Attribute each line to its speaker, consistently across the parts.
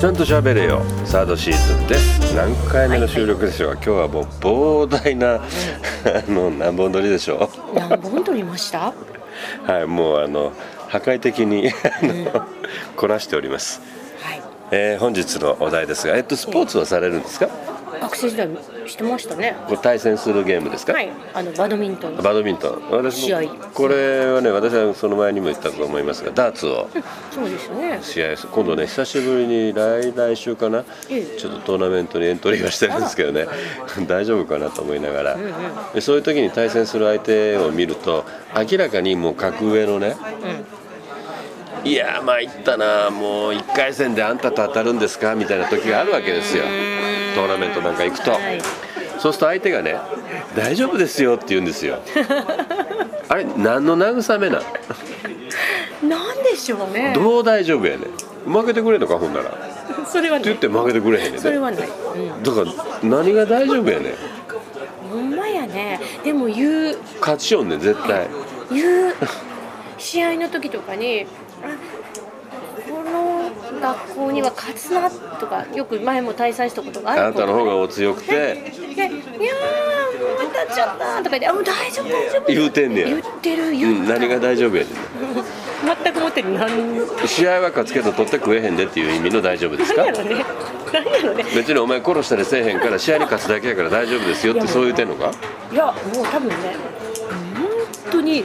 Speaker 1: ちゃんと喋れよサードシーズンです何回目の収録でしょう、今日はもう膨大な あの何本撮りでしょ
Speaker 2: 何本撮りました
Speaker 1: うはいもうあの破壊的にあのこなしております、
Speaker 2: はい
Speaker 1: えー本日のお題ですがえっとスポーツはされるんですか
Speaker 2: 学生時代してましたね
Speaker 1: こう対戦するゲームですか、
Speaker 2: はいあのバドミントン
Speaker 1: バドミントン私
Speaker 2: 試
Speaker 1: も
Speaker 2: 合
Speaker 1: これはね私はその前にも言ったと思いますがダーツを
Speaker 2: そうですよね
Speaker 1: 試合今度ね久しぶりに来来週かな
Speaker 2: ええ
Speaker 1: ちょっとトーナメントにエントリーはしてるんですけどね 大丈夫かなと思いながら、でそういう時に対戦する相手を見ると明らかにもう格上のね、いやー参ったなもう1回戦であんたと当たるんですかみたいな時があるわけですよトーナメントなんか行くと、
Speaker 2: はい
Speaker 1: そうすると相手がね大丈夫ですよって言うんです よあれ何の慰めなん
Speaker 2: なんでしょうね
Speaker 1: どう大丈夫やねん負けてくれんのかほんならって
Speaker 2: それは
Speaker 1: 言
Speaker 2: ね
Speaker 1: って負けてくれへんねん
Speaker 2: それ
Speaker 1: ね
Speaker 2: はない、うん、
Speaker 1: だから何が大丈夫やねん
Speaker 2: ほんまやねでも言う
Speaker 1: 勝ちよんねん絶対
Speaker 2: 言う試合の時とかにあこの学校には勝つなとかよく前も対戦したことがあ
Speaker 1: あ
Speaker 2: る
Speaker 1: なたの方がお強くて
Speaker 2: で「いやーまたちょっと」とか言って「あもう大丈夫大丈夫」
Speaker 1: 言うてんねや
Speaker 2: 言ってる
Speaker 1: う
Speaker 2: 言
Speaker 1: ん
Speaker 2: った、
Speaker 1: 何が大丈夫やね
Speaker 2: 全くもって何なん
Speaker 1: ん試合は勝つけど取って食えへんでっていう意味の大丈夫ですか
Speaker 2: やろね何やろね
Speaker 1: 別にお前殺したりせえへんから試合に勝つだけやから大丈夫ですよってそう言うてんのか
Speaker 2: いやもう多分ね本当に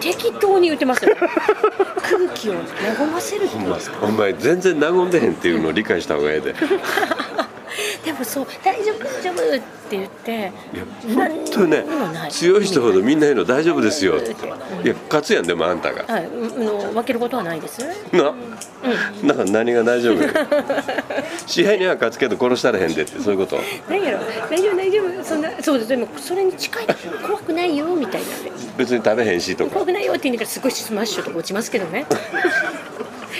Speaker 2: 適当に言ってます よ空気を和ませるってい
Speaker 1: お
Speaker 2: う
Speaker 1: 前お前全然和んでへんっていうのを理解した方がええで
Speaker 2: でもそう「大丈夫大丈夫」って言って
Speaker 1: いや
Speaker 2: 何
Speaker 1: 本当にね
Speaker 2: にもない
Speaker 1: 強い人ほどみんな言うの大丈夫ですよっていや勝つやんでもあんたが
Speaker 2: はい、うの負けることはないです
Speaker 1: な、だから何が大丈夫や試合には勝つけど殺したらへんでってそういうこと
Speaker 2: 何やろ大丈夫大丈夫そんなそうですでもそれに近い怖くないよみたいな
Speaker 1: 別に食べへんしとか
Speaker 2: 怖くないよって言いながらすごいスマッシュとか落ちますけどね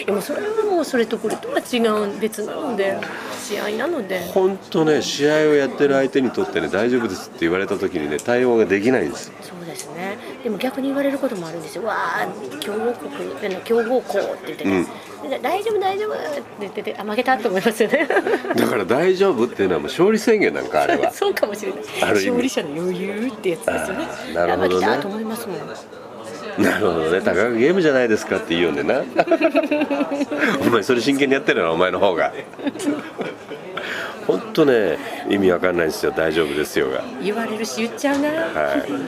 Speaker 2: でもそれはもうそれとこれとは違う別なので試合なので
Speaker 1: 本当ね試合をやってる相手にとってね大丈夫ですって言われた時にね対応ができないんですよ
Speaker 2: そうですねでも逆に言われることもあるんですよわあ強豪国での強豪校って言ってね、で大丈夫大丈夫って言っててあ負けたと思いますよね
Speaker 1: だから大丈夫っていうのはもう勝利宣言なんかあれは
Speaker 2: そうかもしれない
Speaker 1: ある意味
Speaker 2: 勝利者の余裕ってやつですよね
Speaker 1: あーなるほどね
Speaker 2: あ負けたと思いますもん
Speaker 1: なるほどねたかがゲームじゃないですかって言うんでな お前それ真剣にやってるなお前の方が本当ね意味わかんないんですよ大丈夫ですよが
Speaker 2: 言われるし言っちゃうな、
Speaker 1: はい、も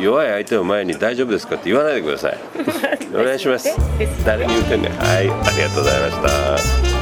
Speaker 1: う弱い相手を前に大丈夫ですかって言わ ないでください。お願いします。誰に言ってんねん。はい、ありがとうございました。